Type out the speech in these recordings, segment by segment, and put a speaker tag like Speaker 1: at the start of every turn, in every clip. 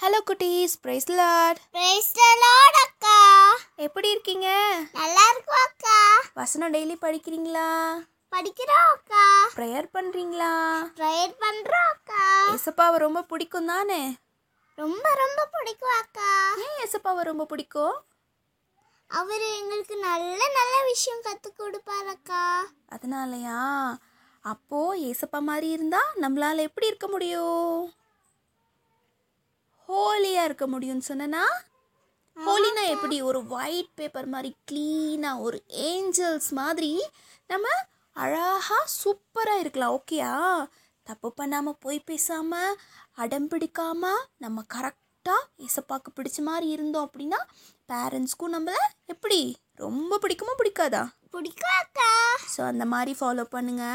Speaker 1: Hello குட்டீஸ் praise lord
Speaker 2: பிரைஸ்டலோட அக்கா
Speaker 1: எப்படி இருக்கீங்க
Speaker 2: நல்லா இருக்கும் அக்கா
Speaker 1: வசனம் டெய்லி படிக்கிறீங்களா
Speaker 2: படிக்கிறோம் அக்கா
Speaker 1: ப்ரேயர் பண்ணுறீங்களா
Speaker 2: ட்ரையர் பண்றோம் அக்கா
Speaker 1: எசப்பாவை ரொம்ப பிடிக்கும் தானே
Speaker 2: ரொம்ப ரொம்ப பிடிக்கும் அக்கா
Speaker 1: ஏன் எசப்பாவை ரொம்ப பிடிக்கும்
Speaker 2: அவர் எங்களுக்கு நல்ல நல்ல விஷயம் கற்றுக் கொடுப்பார் அக்கா
Speaker 1: அதனாலயா அப்போது ஏசப்பா மாதிரி இருந்தால் நம்மளால் எப்படி இருக்க முடியும் ஹோலியாக இருக்க முடியும்னு சொன்னனா ஹோலினா எப்படி ஒரு ஒயிட் பேப்பர் மாதிரி க்ளீனாக ஒரு ஏஞ்சல்ஸ் மாதிரி நம்ம அழகாக சூப்பராக இருக்கலாம் ஓகேயா தப்பு பண்ணாமல் போய் பேசாமல் அடம் பிடிக்காமல் நம்ம கரெக்டாக ஏசப்பாக்கு பிடிச்ச மாதிரி இருந்தோம் அப்படின்னா பேரண்ட்ஸ்க்கும் நம்மளை எப்படி ரொம்ப பிடிக்குமோ பிடிக்காதா
Speaker 2: பிடிக்கும் அக்கா
Speaker 1: ஸோ அந்த மாதிரி ஃபாலோ பண்ணுங்க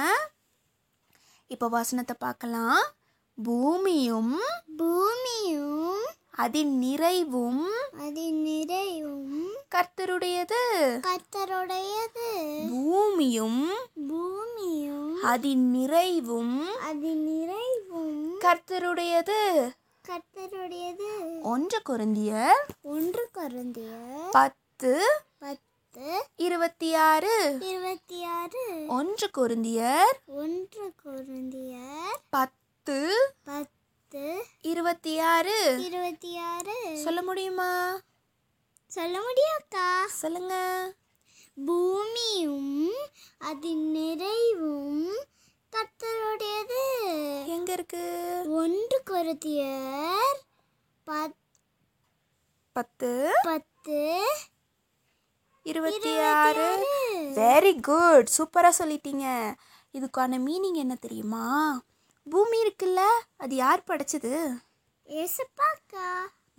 Speaker 1: இப்போ வசனத்தை பார்க்கலாம் பூமியும்
Speaker 2: பூமியும்
Speaker 1: அதன் நிறைவும்
Speaker 2: அதன் நிறைவும்
Speaker 1: கர்த்தருடையது
Speaker 2: கர்த்தருடையது
Speaker 1: பூமியும்
Speaker 2: பூமியும்
Speaker 1: அதன் நிறைவும்
Speaker 2: அதன் நிறைவும்
Speaker 1: கர்த்தருடையது
Speaker 2: கர்த்தருடையது
Speaker 1: ஒன்று குருந்தியர்
Speaker 2: ஒன்று குருந்திய
Speaker 1: பத்து
Speaker 2: பத்து
Speaker 1: இருபத்தி ஆறு
Speaker 2: இருபத்தி ஆறு
Speaker 1: ஒன்று குருந்தியர்
Speaker 2: ஒன்று குருந்திய
Speaker 1: பத்து
Speaker 2: பத்து
Speaker 1: இருபத்தி ஆறு
Speaker 2: இருபத்தி ஆறு
Speaker 1: சொல்ல முடியுமா
Speaker 2: சொல்ல முடியும் அக்கா
Speaker 1: சொல்லுங்க
Speaker 2: பூமியும் அதன் நிறைவும் கர்த்தருடையது
Speaker 1: எங்க இருக்கு
Speaker 2: ஒன்று கொருத்தியர் பத்
Speaker 1: பத்து
Speaker 2: பத்து
Speaker 1: இருபத்தி ஆறு வெரி குட் சூப்பராக சொல்லிட்டீங்க இதுக்கான மீனிங் என்ன தெரியுமா பூமி இருக்குல்ல அது யார் படைச்சது
Speaker 2: ஏசப்பாக்கா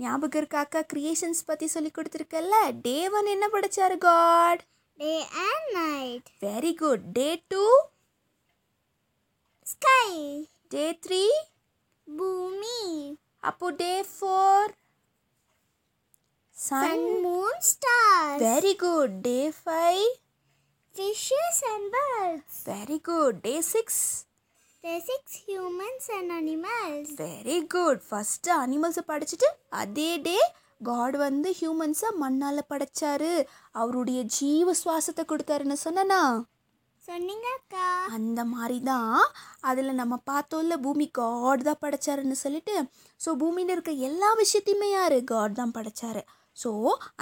Speaker 1: ஞாபகம் இருக்கா அக்கா கிரியேஷன்ஸ் பற்றி சொல்லி கொடுத்துருக்கல்ல டேவன் என்ன படைச்சாரு God
Speaker 2: day and night
Speaker 1: very good day two
Speaker 2: sky
Speaker 1: day three
Speaker 2: பூமி
Speaker 1: அப்போ day four sun
Speaker 2: sun moon star
Speaker 1: very good day five
Speaker 2: fishes and birds
Speaker 1: very good day six
Speaker 2: the six humans and animals
Speaker 1: very good first அனிமல்ஸை படைச்சிட்டு அதே day God வந்து ஹியூமன்ஸை மண்ணால் படைச்சாரு அவருடைய ஜீவ சுவாசத்தை கொடுத்தாருன்னு சொன்னனா
Speaker 2: சொன்னீங்க அக்கா
Speaker 1: அந்த மாதிரி தான் அதில் நம்ம பார்த்தோம்ல பூமி காட் தான் படைச்சாருன்னு சொல்லிட்டு ஸோ பூமியில் இருக்க எல்லா விஷயத்தையுமே யார் காட் தான் படைச்சாரு ஸோ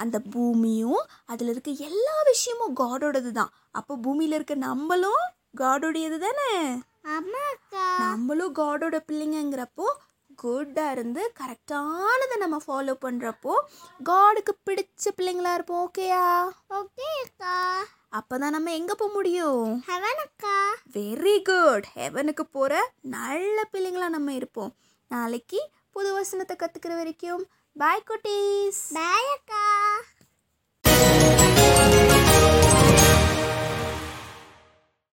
Speaker 1: அந்த பூமியும் அதில் இருக்க எல்லா விஷயமும் காடோடது தான் அப்போ பூமியில் இருக்க நம்மளும் காடோடையது தானே
Speaker 2: அம்மா அக்கா
Speaker 1: நம்மளும் காடோட பிள்ளைங்கங்கிறப்போ குட்டாக இருந்து கரெக்டானதை நம்ம ஃபாலோ பண்ணுறப்போ காடுக்கு பிடிச்ச பிள்ளைங்களா இருப்போம் ஓகேயா
Speaker 2: ஓகே அக்கா
Speaker 1: அப்போ தான் நம்ம எங்கே போக முடியும்
Speaker 2: ஹெவன் அக்கா
Speaker 1: வெரி குட் ஹெவனுக்கு போகிற நல்ல பிள்ளைங்களா நம்ம இருப்போம் நாளைக்கு புது வசனத்தை கற்றுக்கிற வரைக்கும் பாய் குட்டீஸ்
Speaker 2: Bye.